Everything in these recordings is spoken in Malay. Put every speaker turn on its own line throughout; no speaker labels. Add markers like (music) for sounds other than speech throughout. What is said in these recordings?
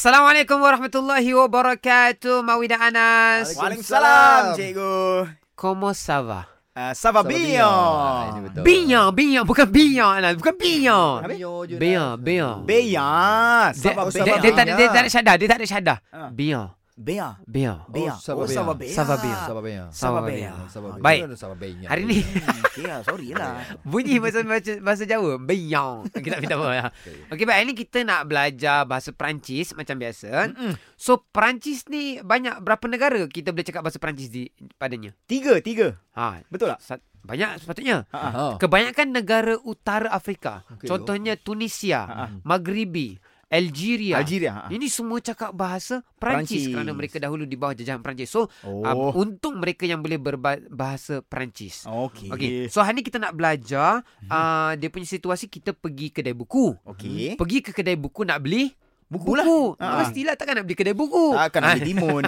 Assalamualaikum warahmatullahi wabarakatuh. Mawi dan Anas.
Waalaikumsalam, cikgu.
Como ça va?
Uh, Sava Bio.
Ah, Bion, bion. Bukan bion, Anas. Bukan bion.
Habis?
Bion, bion.
Beyaz.
Dia,
Sava
dia, dia, tak ada, dia tak ada syadah. Dia tak ada syadah.
oh, Ah.
Bion,
Beyaz.
bion.
Beyaz.
Sabah
Oh,
Beyaz.
Sava Beyaz.
Sabah Beyaz.
Sabah
Sabah
Benya.
Beyang.
Beyang.
Sabah Benya.
Baik.
Mana ada Sabah Benya.
Hari ni (laughs)
Ya, sorry lah.
bunyi bahasa bahasa, bahasa Jawa. Bion. (laughs) Kita tak minta apa. ya? Okey, baik. Hari ni kita nak belajar bahasa Perancis macam biasa. So, Perancis ni banyak berapa negara kita boleh cakap bahasa Perancis di padanya?
Tiga, tiga.
Ha,
Betul tak?
sat- banyak sepatutnya.
Ha.
Oh.
Kebanyakan negara utara Afrika.
Okey.
Contohnya Tunisia,
Ha.
Maghribi, Algeria.
Algeria. ha.
Ini semua cakap bahasa Perancis,
Perancis.
kerana mereka dahulu di bawah jajahan Perancis. So, um,
Oh.
untung mereka yang boleh berbahasa Perancis.
Okey. Hmm.
Okey. So, hari ni kita nak belajar uh, dia punya situasi kita pergi kedai buku.
Okey.
Pergi ke kedai buku nak beli
Eh? Buku lah.
Buku.
Ha.
Mestilah takkan nak beli kedai buku.
Takkan
Ah,
ambil timun.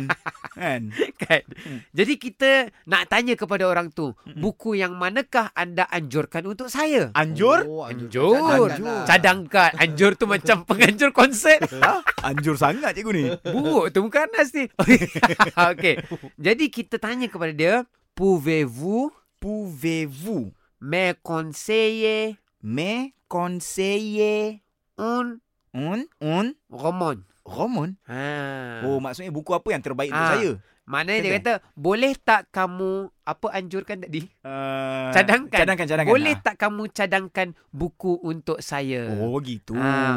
Kan?
(laughs) kan? Jadi kita nak tanya kepada orang tu,
Hmm.
buku yang manakah anda anjurkan untuk saya?
Anjur?
Oh,
Anjur.
Cadangkan lah.
Cadang
(laughs)
kad. Anjur tu macam penganjur konsert.
Ha? Anjur sangat cikgu ni.
Buruk tu bukan Anas ni. (laughs) Okey. Jadi kita tanya kepada dia, pouvez-vous
Pouvez-vous
me conseiller
me conseiller
un
un un
roman?
roman?
Ha.
Oh, maksudnya buku apa yang terbaik untuk
Ah.
saya?
Maknanya dia
sedang.
kata, boleh tak kamu apa anjurkan tadi?
Uh,
Cadangkan.
Cadangkan, cadangkan.
boleh
Ah.
tak kamu cadangkan buku untuk saya?
Oh, gitu.
Ah.
ah.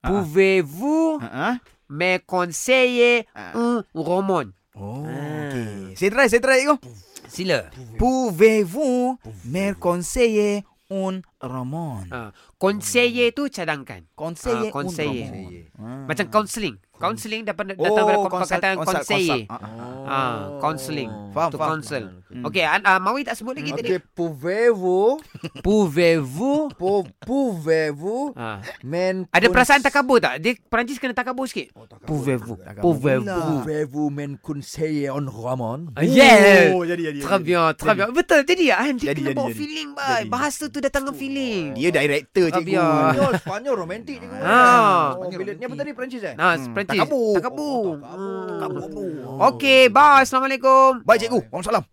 Pouvez-vous
Ha. Ah.
me conseiller
Ah.
un roman?
Oh,
Ah.
okey. Saya try, saya try cikgu.
Sila.
Pouvez-vous me conseiller un roman?
Ha. Conseiller tu cadangkan. Ah,
Conseiller,
conseiller.
un roman. Ah.
Macam counselling. Counselling dapat
Oh,
datang daripada
consult-
perkataan
consult,
conseiller.
consult. Ah, ah.
Ah, counselling.
Faham,
To
faham.
counsel.
Hmm.
Okey, An- ah, Mawi tak sebut lagi tadi.
Okay, pouvez-vous,
Pouvez-vous
oh,
pou- pouvez-vous,
ha.
men
Ada
cons-
perasaan takabur tak? Dia Perancis kena takabur sikit.
Oh,
Pouvez-vous. Pouvez-vous.
Pouvez-vous men conseiller un roman?
Ah, Yes.
Oh, jadi, jadi.
Très
jadi.
bien, très bien. Betul. Jadi Han dia
Jadi,
kena
jadi,
bawa
jadi.
feeling bai.
Jadi.
Bahasa tu datang dengan feeling.
Dia director
Ah,
cikgu.
biar.
Spanyol, Spanyol romantik je.
Ah.
Oh, bilitnya apa tadi Perancis eh?
Nah,
Hmm,
Perancis.
takabur.
Takabur.
Oh,
Hmm.
takabur.
Okey, bye. Assalamualaikum.
Baik cikgu. Waalaikumsalam.